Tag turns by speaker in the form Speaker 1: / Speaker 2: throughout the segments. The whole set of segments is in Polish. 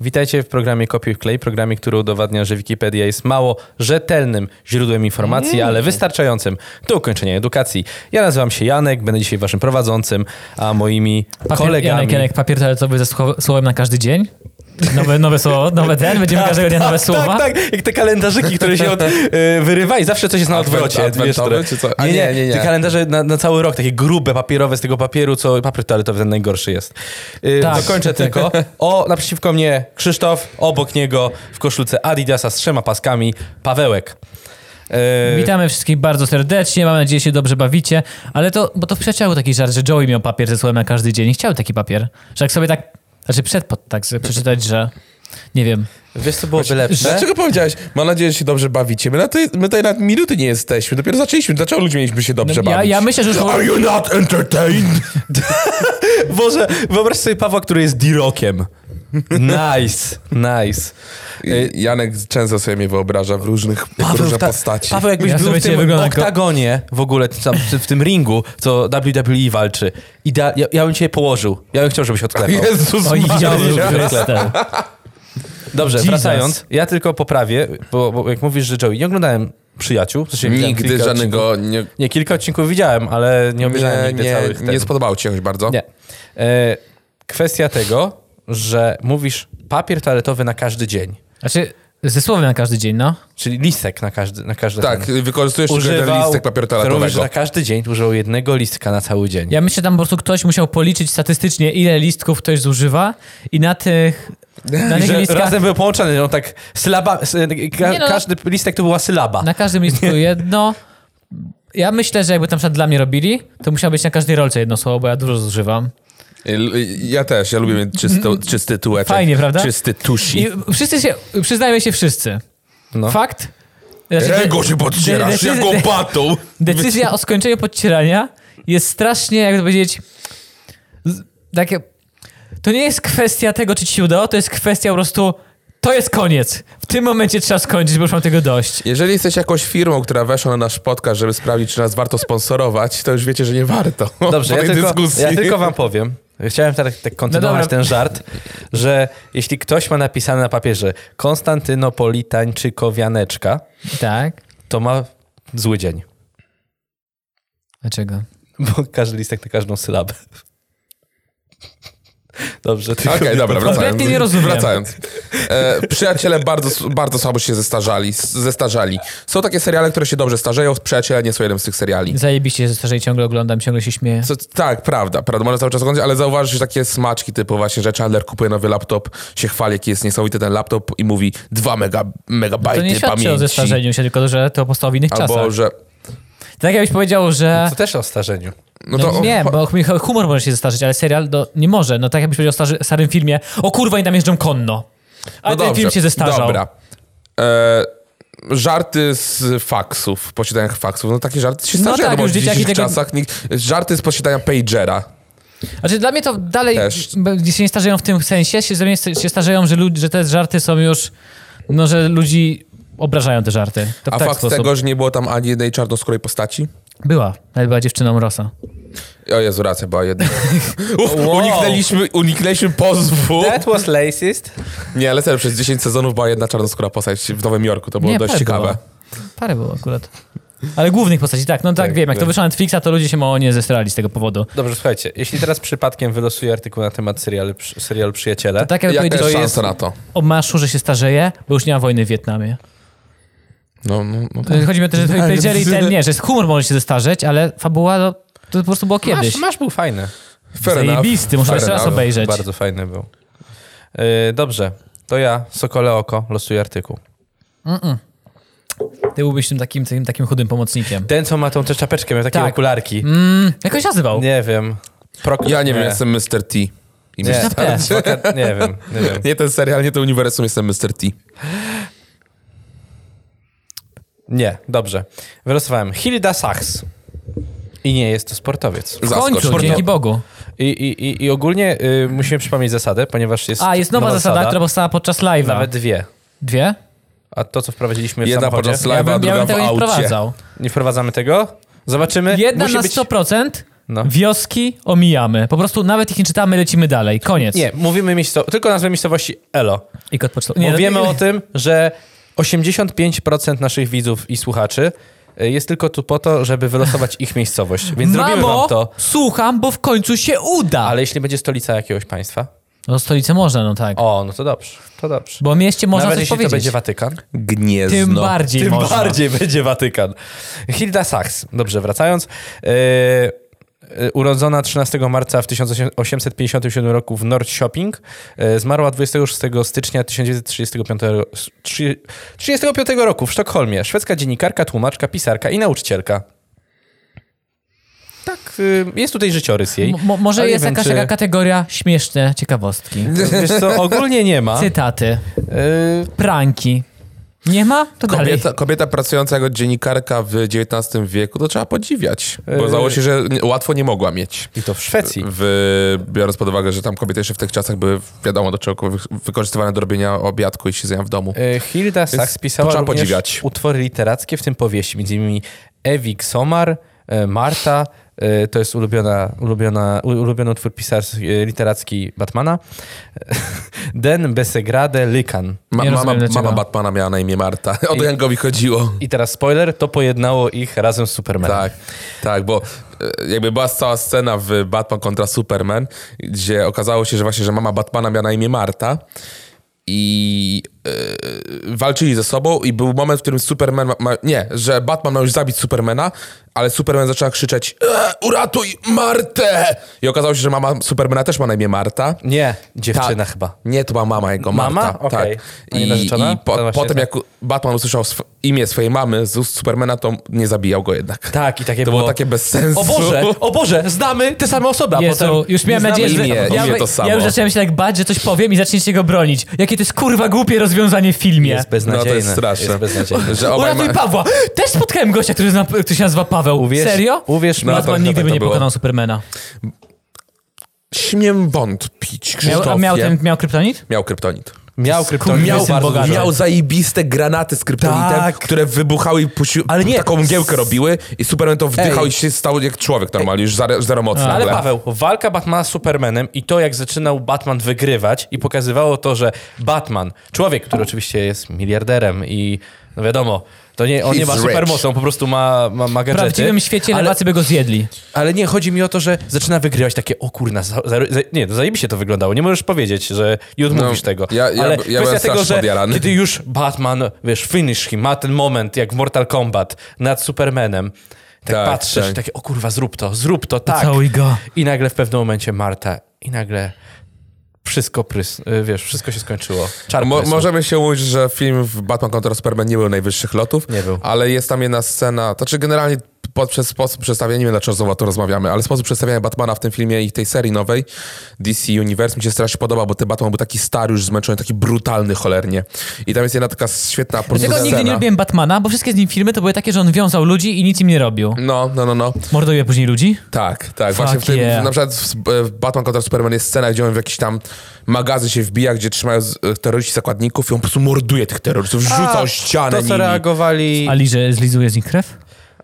Speaker 1: Witajcie w programie Kopiuj Klej, programie, który udowadnia, że Wikipedia jest mało rzetelnym źródłem informacji,
Speaker 2: Mm.
Speaker 1: ale wystarczającym do ukończenia edukacji. Ja nazywam się Janek, będę dzisiaj waszym prowadzącym, a moimi
Speaker 2: Papier,
Speaker 1: kolegami...
Speaker 2: Janek, Janek, papier toaletowy ze sło- słowem na każdy dzień? Nowe, nowe słowo, nowe ten, będziemy każdego dnia nowe słowa?
Speaker 1: Tak, tak, jak te kalendarzyki, które się od, y, wyrywa i zawsze coś jest na
Speaker 3: Adwent-
Speaker 1: odwrocie.
Speaker 3: adwentowe,
Speaker 1: wiesz, które-
Speaker 3: czy co? A
Speaker 1: Nie, nie,
Speaker 3: nie, nie, nie.
Speaker 1: Te kalendarze na, na cały rok, takie grube, papierowe z tego papieru, co papier toaletowy ten najgorszy jest. Y,
Speaker 2: Tak.
Speaker 1: Dokończę tylko. O, naprzeciwko mnie Krzysztof, obok niego w koszulce Adidasa z trzema paskami Pawełek. Y,
Speaker 2: Witamy wszystkich bardzo serdecznie, mam nadzieję, że się dobrze bawicie, ale to, bo to w przedziału taki żart, że Joey miał papier ze słowem na każdy dzień i chciał taki papier, że jak sobie tak, znaczy przedpod tak sobie przeczytać, że nie wiem,
Speaker 1: Wiesz, co byłoby lepsze?
Speaker 3: Dlaczego powiedziałeś, mam nadzieję, że się dobrze bawicie? My, na tej, my tutaj nawet minuty nie jesteśmy, dopiero zaczęliśmy. Dlaczego ludzie mieliśmy się dobrze
Speaker 2: No, ja-
Speaker 3: bawić?
Speaker 2: ja myślę, że już-
Speaker 3: Are you not entertained?
Speaker 1: Boże, wyobraź sobie Pawła, który jest dirokiem. Nice, nice.
Speaker 2: E,
Speaker 3: I Janek często sobie mnie wyobraża w różnych, w różne
Speaker 1: ta-
Speaker 3: postaci.
Speaker 1: Paweł jakbyś
Speaker 2: Ja
Speaker 1: był
Speaker 2: sobie
Speaker 1: w tym
Speaker 2: cię wyglądam jako-
Speaker 1: oktagonie w ogóle, tam, w, w tym ringu, co WWE walczy. I da, ja, ja bym cię położył. Ja bym chciał, żebyś odklepał.
Speaker 3: Jezus
Speaker 2: o ich działu,
Speaker 3: Maria.
Speaker 2: który jest ten.
Speaker 1: Dobrze,
Speaker 2: Jesus.
Speaker 1: wracając. Ja tylko poprawię, bo, bo jak mówisz, że Joey, nie oglądałem Przyjaciół. w sensie widziałem
Speaker 3: Nigdy
Speaker 1: kilka Odcinków.
Speaker 3: żadnego nie,
Speaker 1: Nie, kilka odcinków widziałem, ale
Speaker 2: No,
Speaker 1: nie obejrzałem
Speaker 3: nie,
Speaker 1: nigdy
Speaker 3: nie,
Speaker 1: całych.
Speaker 3: nie
Speaker 1: tego.
Speaker 3: spodobało ci się jakoś bardzo.
Speaker 1: Nie. E, kwestia tego, że mówisz papier toaletowy na każdy dzień.
Speaker 2: Znaczy, ze słowem na każdy dzień, no.
Speaker 1: Czyli listek na każdy, na każdy
Speaker 3: Tak,
Speaker 1: ten.
Speaker 3: wykorzystujesz tylko jeden listek papieru
Speaker 1: Mówisz, że na
Speaker 2: tak-
Speaker 3: toaletowego.
Speaker 1: każdy dzień użył jednego listka na cały dzień.
Speaker 2: Ja myślę, że tam po prostu ktoś musiał policzyć statystycznie, ile listków ktoś zużywa i na tych, na
Speaker 1: I
Speaker 2: tych
Speaker 1: że
Speaker 2: listkach
Speaker 1: razem były połączone, on tak sylaba, sy- ka,
Speaker 2: Nie no.
Speaker 1: każdy listek to była sylaba.
Speaker 2: Na każdym listku jedno. Ja myślę, że jakby tam na przykład dla mnie robili, to musiało być na każdej rolce jedno słowo, bo ja dużo zużywam.
Speaker 3: L- Ja też, ja lubię mieć czysty, czysty tułeczek.
Speaker 2: Mm-hmm. Fajnie, prawda?
Speaker 3: Czysty tusi.
Speaker 2: I wszyscy się, przyznajmy się wszyscy.
Speaker 1: No.
Speaker 2: Fakt. Znaczy, de-
Speaker 3: Ręką się podcierasz,
Speaker 2: de- de-
Speaker 3: jaką batą.
Speaker 2: decyzja o skończeniu podcierania jest strasznie, jakby to powiedzieć, z- takie... To nie jest kwestia tego, czy ci się udało, to jest kwestia po prostu, to jest koniec. W tym momencie trzeba skończyć, bo już mam tego dość.
Speaker 3: Jeżeli jesteś jakąś firmą, która weszła na nasz podcast, żeby sprawdzić, czy nas warto sponsorować, to już wiecie, że nie warto.
Speaker 1: Dobrze,
Speaker 3: Po
Speaker 1: ja
Speaker 3: tej
Speaker 1: tylko,
Speaker 3: dyskusji.
Speaker 1: ja tylko wam powiem. Chciałem tak, tak kontynuować
Speaker 2: No dobra.
Speaker 1: ten żart, że jeśli ktoś ma napisane na papierze Konstantynopolitańczykowianeczka,
Speaker 2: Tak.
Speaker 1: to ma zły dzień.
Speaker 2: Dlaczego?
Speaker 1: Bo każdy listek na każdą sylabę. Dobrze, tylko...
Speaker 3: Okej, dobra, wracając.
Speaker 2: Kompletnie nie rozumiem.
Speaker 3: Wracając. E, przyjaciele bardzo, bardzo słabo się zestarzali, s- zestarzali. Są takie seriale, które się dobrze starzeją, Przyjaciele nie są jednym z tych seriali.
Speaker 2: Zajebiście, że starzej ciągle oglądam, ciągle się śmieję.
Speaker 3: Co, tak, prawda, prawda, można cały czas oglądać, ale zauważysz że takie smaczki typu właśnie, że Chandler kupuje nowy laptop, się chwali, jaki jest niesamowity ten laptop i mówi 2 mega, megabajty
Speaker 2: To nie świadczy
Speaker 3: pamięci.
Speaker 2: o zestarzeniu się, tylko że to powstało w innych
Speaker 3: Albo,
Speaker 2: czasach.
Speaker 3: że...
Speaker 2: Tak jakbyś powiedział, że...
Speaker 1: To też o starzeniu.
Speaker 3: No
Speaker 2: No
Speaker 3: to
Speaker 2: nie, bo mi humor może się zestarzeć, ale serial do, nie może. No tak jakbyś powiedział o starzy, starym filmie, o kurwa, i tam jeżdżą konno. A ten
Speaker 3: No dobrze,
Speaker 2: film się zestarzał.
Speaker 3: Dobra. E, żarty z faksów, posiadania faksów. No takie żarty się
Speaker 2: No
Speaker 3: starzeją,
Speaker 2: tak,
Speaker 3: bo
Speaker 2: już
Speaker 3: w
Speaker 2: dzieciaki
Speaker 3: dzisiejszych
Speaker 2: tego-
Speaker 3: czasach nikt, żarty z posiadania pagera.
Speaker 2: Znaczy dla mnie to dalej
Speaker 3: Też.
Speaker 2: b- się nie starzeją w tym sensie, się, ze mnie sta- się starzeją, że, lud, że te żarty są już, no że ludzi obrażają te żarty. To w
Speaker 3: A
Speaker 2: taki
Speaker 3: fakt
Speaker 2: Tak sposób.
Speaker 3: tego, że nie było tam ani jednej czarnoskórej postaci?
Speaker 2: Była, nawet była dziewczyną Rosa.
Speaker 3: O Jezu, racja była jedna. Uf, uniknęliśmy, uniknęliśmy pozwu.
Speaker 1: That was racist.
Speaker 3: Nie, ale serio, przez 10 sezonów była jedna czarnoskóra postać w Nowym Jorku. To było
Speaker 2: nie,
Speaker 3: dość
Speaker 2: parę
Speaker 3: ciekawe.
Speaker 2: Było. Parę było akurat. Ale głównych postaci, tak, no tak,
Speaker 3: Tak,
Speaker 2: wiem, jak to
Speaker 3: tak.
Speaker 2: wyszło na Netflixa, to ludzie się mało nie zestrali z tego powodu.
Speaker 1: Dobrze, słuchajcie, jeśli teraz przypadkiem wylosuję artykuł na temat serialu, przy- serialu Przyjaciele,
Speaker 2: To tak jakby
Speaker 3: Jaka
Speaker 2: powiedzieć
Speaker 3: jest
Speaker 2: o-
Speaker 3: szansa na to?
Speaker 2: o Maszu, że się starzeje, bo już nie ma wojny w Wietnamie.
Speaker 3: No, no, no tak.
Speaker 2: To Chodzi mi o to, że
Speaker 3: Tak.
Speaker 2: powiedzieli ten nie, że humor może się zestarzeć, ale fabuła no, to po prostu było kiedyś.
Speaker 1: Masz, masz był fajny.
Speaker 3: Fair enough.
Speaker 2: Zajebisty, muszę
Speaker 3: Fair
Speaker 2: jeszcze raz
Speaker 3: enough.
Speaker 2: obejrzeć.
Speaker 1: Bardzo fajny był. Yy, dobrze, to ja, Sokole Oko, losuję artykuł.
Speaker 2: Ty byłbyś tym takim, tym takim chudym pomocnikiem.
Speaker 1: Ten, co ma tą tę czapeczkę, miał takie
Speaker 2: Tak.
Speaker 1: okularki.
Speaker 2: Mm, jak on się nazywał?
Speaker 1: Nie wiem. Prok-
Speaker 3: Ja nie wiem, jestem Mr. T. I
Speaker 1: Nie,
Speaker 3: Mr.
Speaker 2: na P.
Speaker 1: Soka- nie wiem, nie wiem.
Speaker 3: nie ten serial, nie ten uniwersum, jestem Mr. T.
Speaker 1: Nie, dobrze. Wylosowałem Hilda Sachs. I nie jest to sportowiec.
Speaker 2: W końcu,
Speaker 3: Zaskocz.
Speaker 2: dzięki Bogu.
Speaker 1: I, i, i, i ogólnie y, musimy przypomnieć zasadę, ponieważ jest
Speaker 2: A, jest nowa, zasada, która powstała podczas live'a.
Speaker 1: Nawet dwie.
Speaker 2: Dwie?
Speaker 1: A to, co wprowadziliśmy w
Speaker 3: Jedna
Speaker 1: samochodzie...
Speaker 3: podczas
Speaker 2: Ja
Speaker 3: Live'a,
Speaker 2: bym, ja
Speaker 3: druga
Speaker 2: bym
Speaker 3: w
Speaker 2: tego nie
Speaker 3: aucie.
Speaker 2: wprowadzał.
Speaker 1: Nie wprowadzamy tego? Zobaczymy.
Speaker 2: Jedna
Speaker 1: Musi
Speaker 2: na
Speaker 1: być-
Speaker 2: 100%,
Speaker 1: No.
Speaker 2: Wioski omijamy. Po prostu nawet ich nie czytamy, lecimy dalej. Koniec.
Speaker 1: Nie, mówimy miejscowo, tylko nazwę miejscowości Elo.
Speaker 2: I kod pocztowy.
Speaker 1: Bo
Speaker 2: Nie,
Speaker 1: wiemy
Speaker 2: no,
Speaker 1: o tym, że 85% naszych widzów i słuchaczy y, jest tylko tu po to, żeby wylosować ich miejscowość. Więc zrobimy
Speaker 2: Mamo,
Speaker 1: wam to.
Speaker 2: słucham, bo w końcu się uda.
Speaker 1: Ale jeśli będzie stolica jakiegoś państwa,
Speaker 2: No stolicę można, no tak.
Speaker 1: o, no to dobrze, to dobrze.
Speaker 2: Bo o mieście można
Speaker 1: Nawet
Speaker 2: coś
Speaker 1: jeśli
Speaker 2: powiedzieć.
Speaker 1: to będzie Watykan,
Speaker 3: Gniezno.
Speaker 2: Tym bardziej
Speaker 1: tym
Speaker 2: można.
Speaker 1: bardziej będzie Watykan. Hilda Sachs, dobrze, wracając. Yy, yy, urodzona 13 marca w 1857 roku w North Shopping, yy, zmarła 26 stycznia 1935 trzy- 35 roku w Sztokholmie. Szwedzka dziennikarka, tłumaczka, pisarka i nauczycielka. Tak, yy, jest tutaj życiorys jej.
Speaker 2: M- mo- może
Speaker 1: ale nie
Speaker 2: jest
Speaker 1: wiem,
Speaker 2: jakaś
Speaker 1: czy-
Speaker 2: taka kategoria śmieszne ciekawostki.
Speaker 1: Wiesz co, ogólnie nie ma.
Speaker 2: Cytaty.
Speaker 1: Yy,
Speaker 2: Pranki. Nie ma? To dalej.
Speaker 3: Kobieta, kobieta pracująca jako dziennikarka w XIX wieku, to trzeba podziwiać. Bo
Speaker 1: Yy.
Speaker 3: zdało się, że nie- łatwo nie mogła mieć.
Speaker 1: I to w Szwecji.
Speaker 3: W, biorąc pod uwagę, że tam kobiety jeszcze w tych czasach były, wiadomo do czego, wy- wykorzystywane do robienia obiadku i siedzenia w domu.
Speaker 2: Yy.
Speaker 1: E, Hilda Sachs pisała
Speaker 3: trzeba
Speaker 1: również
Speaker 3: podziwiać.
Speaker 1: utwory literackie, w tym powieści, między innymi Ewik Somar, e, Marta, e, to jest ulubiona, ulubiona, u- ulubiony utwór pisarski, e, literacki Batmana, Den Besegrade Lykan.
Speaker 3: Ma,
Speaker 2: nie
Speaker 3: mama,
Speaker 2: rozumiem dlaczego.
Speaker 3: mama Batmana miała na imię Marta. O to Jankowi chodziło.
Speaker 1: I teraz spoiler, to pojednało ich razem z Supermanem.
Speaker 3: Tak, tak, bo e, jakby była cała scena w Batman kontra Superman, gdzie okazało się, że właśnie, że mama Batmana miała na imię Marta i e, walczyli ze sobą i był moment, w którym Superman, ma, ma, nie, że Batman miał już zabić Supermana, ale Superman zaczęła krzyczeć e, uratuj Martę! I okazało się, że mama Supermana też ma na imię Marta.
Speaker 1: Nie, dziewczyna
Speaker 3: Tak.
Speaker 1: chyba.
Speaker 3: Nie, to była mama jego,
Speaker 1: Mama?
Speaker 3: Marta.
Speaker 1: Okej.
Speaker 3: Tak.
Speaker 1: A nie
Speaker 3: I,
Speaker 1: narzeczona?
Speaker 3: i
Speaker 1: To
Speaker 3: po,
Speaker 1: właśnie
Speaker 3: potem
Speaker 1: tak.
Speaker 3: jak Batman usłyszał sw- imię swojej mamy z ust Supermana, to nie zabijał go jednak.
Speaker 1: Tak, i takie
Speaker 3: To było takie bez sensu. No,
Speaker 1: O Boże, o Boże, znamy te same osoby, a
Speaker 2: Jezu,
Speaker 1: potem...
Speaker 2: już miałem
Speaker 1: nie
Speaker 2: nadzieję, że...
Speaker 1: znamy
Speaker 3: imię,
Speaker 2: ja,
Speaker 3: imię to
Speaker 2: ja
Speaker 3: samo.
Speaker 2: już zacząłem się tak bać, że coś powiem i zaczniecie go bronić. Jakie to jest kurwa głupie rozwiązanie w filmie.
Speaker 1: Jest
Speaker 3: No
Speaker 1: beznadziejne.
Speaker 3: to jest straszne.
Speaker 1: Jest beznadziejne.
Speaker 3: Że obaj
Speaker 2: Uratuj
Speaker 3: ma...
Speaker 2: Pawła! Też spotkałem gościa, który, zna, który się nazywa Paweł.
Speaker 1: Uwierz-
Speaker 2: Serio?
Speaker 1: uwierz mi, tak
Speaker 2: Batman
Speaker 3: No to chyba
Speaker 2: nigdy by
Speaker 3: to
Speaker 2: nie
Speaker 3: było.
Speaker 2: pokonał Supermana.
Speaker 3: Śmiem wątpić,
Speaker 2: Miał,
Speaker 3: Krzysztofie.
Speaker 2: a miał, ten, miał kryptonit?
Speaker 3: Miał kryptonit.
Speaker 1: Miał kryptonit.
Speaker 2: Miał
Speaker 1: jest bardzo
Speaker 2: bogaty.
Speaker 1: dużo.
Speaker 3: Miał zajebiste granaty z kryptonitem,
Speaker 1: Tak.
Speaker 3: które wybuchały i puściły,
Speaker 1: Ale nie.
Speaker 3: taką mgiełkę robiły i Superman to wdychał
Speaker 1: Ej.
Speaker 3: i się stał jak człowiek normalnie, już zero, zero mocy.
Speaker 1: Ale
Speaker 3: nagle.
Speaker 1: Paweł, walka Batmana z Supermanem i to, jak zaczynał Batman wygrywać i pokazywało to, że Batman, człowiek, który oczywiście jest miliarderem i no wiadomo, to nie, on nie ma
Speaker 3: He's rich.
Speaker 1: supermocy, on po prostu ma, ma, ma
Speaker 2: W
Speaker 1: gadżety.
Speaker 2: prawdziwym świecie
Speaker 1: ale,
Speaker 2: lewacy by go zjedli.
Speaker 1: ale nie, chodzi mi o to, że zaczyna wygrywać takie, o kurna, za, za, za, nie, no zajebiście to wyglądało, nie możesz powiedzieć, że nie odmówisz
Speaker 3: No,
Speaker 1: tego.
Speaker 3: ja- ja-
Speaker 1: ale
Speaker 3: ja byłem
Speaker 1: tego,
Speaker 3: strasznie
Speaker 1: że
Speaker 3: podjarany.
Speaker 1: kiedy już Batman, wiesz, finish him, ma ten moment, jak w Mortal Kombat, nad Supermanem, tak,
Speaker 3: Tak,
Speaker 1: patrzysz
Speaker 3: tak.
Speaker 1: i takie, o kurwa, zrób to, zrób to, tak.
Speaker 2: Całuj go.
Speaker 1: I nagle w pewnym momencie Marta i nagle wszystko prys, y, wiesz, wszystko się skończyło. Czar
Speaker 3: Mo-
Speaker 1: prysł.
Speaker 3: możemy się mówić, że film w Batman kontra Superman nie był najwyższych lotów.
Speaker 1: Nie był.
Speaker 3: Ale jest tam jedna scena, to czy generalnie poprzez sposób przedstawienia, nie wiem dlaczego znowu o to rozmawiamy, ale sposób przedstawiania Batmana w tym filmie i tej serii nowej DC Universe mi się strasznie podoba, bo ten Batman był taki stary już zmęczony, taki brutalny cholernie. I tam jest jedna taka świetna po prostu
Speaker 2: Dlatego nigdy nie
Speaker 3: scena.
Speaker 2: lubiłem Batmana, bo wszystkie z nim filmy to były takie, że on wiązał ludzi i nic im nie robił.
Speaker 3: No, no, no, no.
Speaker 2: Morduje później ludzi?
Speaker 3: Tak, tak. Właśnie w tym,
Speaker 2: yeah.
Speaker 3: na przykład w, e, w Batman kontra Superman jest scena, gdzie on w jakiś tam magazyn się wbija, gdzie trzymają z, e, terroryści zakładników i on po prostu morduje tych terrorystów, rzuca o ścianę
Speaker 1: to, co
Speaker 3: nimi.
Speaker 1: reagowali,
Speaker 2: Ali, że zlizuje z nich krew?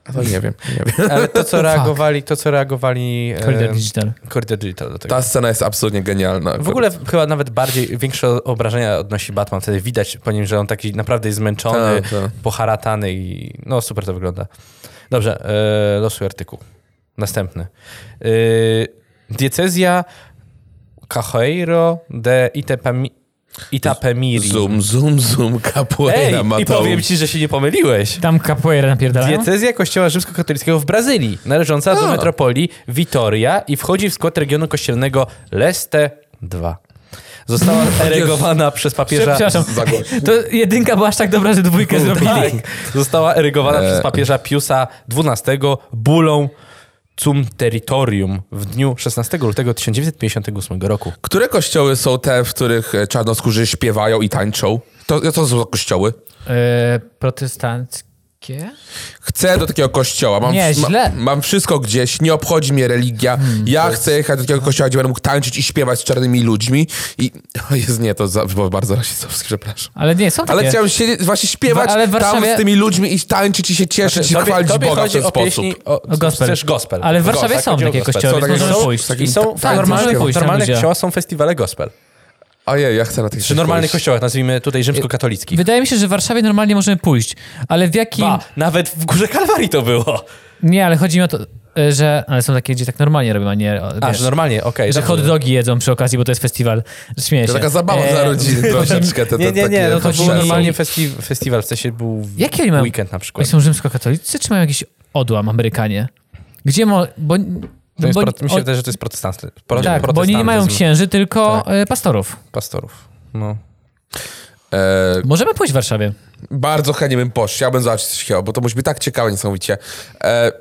Speaker 3: To No nie wiem, nie wiem.
Speaker 1: ale to, co reagowali, to, co reagowali... e,
Speaker 2: Corridor Digital.
Speaker 1: Corridor Digital do tego.
Speaker 3: Ta scena jest absolutnie genialna.
Speaker 1: W ogóle chyba nawet bardziej, większe obrażenia odnosi Batman, wtedy widać po nim, że on taki naprawdę jest zmęczony,
Speaker 3: Tak, tak.
Speaker 1: poharatany i no super to wygląda. Dobrze, e, losuj artykuł. Następny. E, diecezja Cachoeiro de Itapemi- Itapemiri.
Speaker 3: Zoom, zoom, zoom,
Speaker 1: Ej,
Speaker 3: capoeira
Speaker 1: i
Speaker 3: Mateusz.
Speaker 1: powiem ci, że się nie pomyliłeś.
Speaker 2: Tam capoeira napierdalają?
Speaker 1: Diecezja kościoła rzymskokatolickiego w Brazylii, należąca do
Speaker 3: A.
Speaker 1: metropolii Vitoria i wchodzi w skład regionu kościelnego Leste II. Została erygowana przez papieża...
Speaker 2: Przepraszam.
Speaker 3: Za gość.
Speaker 2: To jedynka była aż tak dobra, że dwójkę
Speaker 1: Tak.
Speaker 2: zrobili.
Speaker 1: Została erygowana
Speaker 3: E.
Speaker 1: przez papieża Piusa XII bulą cum territorium w dniu 16 lutego 1958 roku.
Speaker 3: Które kościoły są te, w których e, czarnoskórzy śpiewają i tańczą? To, to są kościoły?
Speaker 2: E, protestancki. Jakie?
Speaker 3: Chcę do takiego kościoła. Mam,
Speaker 2: Nie, źle.
Speaker 3: Ma, mam wszystko gdzieś, nie obchodzi mnie religia.
Speaker 1: Hmm,
Speaker 3: ja chcę jechać do takiego kościoła, gdzie będę mógł tańczyć i śpiewać z czarnymi ludźmi. I o jest nie, to za, było bardzo rasistowskie, przepraszam.
Speaker 2: Ale nie, są takie.
Speaker 3: Ale chciałem siedzieć, właśnie śpiewać
Speaker 2: Wa- ale w
Speaker 3: tam
Speaker 2: Warszawie-
Speaker 3: z tymi ludźmi i tańczyć i się cieszyć i chwalić Boga w ten
Speaker 1: o
Speaker 3: sposób.
Speaker 1: pieśni, o,
Speaker 2: O gospel.
Speaker 1: chcesz gospel.
Speaker 2: Ale w Warszawie
Speaker 1: Gospel,
Speaker 2: są
Speaker 1: chodzi o
Speaker 2: takie
Speaker 1: gospel. Są
Speaker 2: kościoły,
Speaker 3: więc
Speaker 1: takie-
Speaker 3: możemy
Speaker 1: są-
Speaker 3: pójść.
Speaker 1: I są w
Speaker 2: Tak,
Speaker 1: normalnych,
Speaker 2: możemy
Speaker 1: w
Speaker 2: pójść tam,
Speaker 1: normalnych
Speaker 2: gdzie-
Speaker 1: kościołach są festiwale gospel.
Speaker 3: Ojej, ja chcę na tych
Speaker 1: Przy normalnych kościołach, nazwijmy tutaj rzymskokatolickich.
Speaker 2: Wydaje mi się, że w Warszawie normalnie możemy pójść, ale w jakim...
Speaker 1: Ba, nawet w Górze Kalwarii to było.
Speaker 2: Nie, ale chodzi mi o to, y, że... Ale są takie, gdzie tak normalnie robią, a nie... o,
Speaker 1: A,
Speaker 2: wiesz,
Speaker 1: że normalnie, okej.
Speaker 2: że hot
Speaker 1: rozumiem.
Speaker 2: dogi jedzą przy okazji, bo to jest festiwal. Śmieję się.
Speaker 3: To taka zabawa
Speaker 2: E,
Speaker 3: dla rodziny troszeczkę. Te, te,
Speaker 1: Nie, nie, nie,
Speaker 3: takie
Speaker 1: no to był
Speaker 3: potrzeby.
Speaker 1: normalnie festi- festiwal, w sensie był w-
Speaker 2: Jakie oni mają-
Speaker 1: weekend na
Speaker 2: Oni
Speaker 1: przykład.
Speaker 2: są rzymskokatolicy, czy mają jakiś odłam Amerykanie? Gdzie mo... Bo,
Speaker 1: To jest
Speaker 2: bo,
Speaker 1: pro- Mi się
Speaker 2: o-
Speaker 1: wydaje, że to jest protestant. pro-
Speaker 2: tak, bo oni nie mają
Speaker 1: protestantyzm
Speaker 2: księży, tylko
Speaker 3: Tak.
Speaker 2: y, pastorów.
Speaker 1: Pastorów. No.
Speaker 3: E,
Speaker 2: Możemy pójść w Warszawie.
Speaker 3: bardzo chętnie bym poszedł. Chciałbym zobaczyć coś takiego, bo to musi być tak ciekawe niesamowicie. E,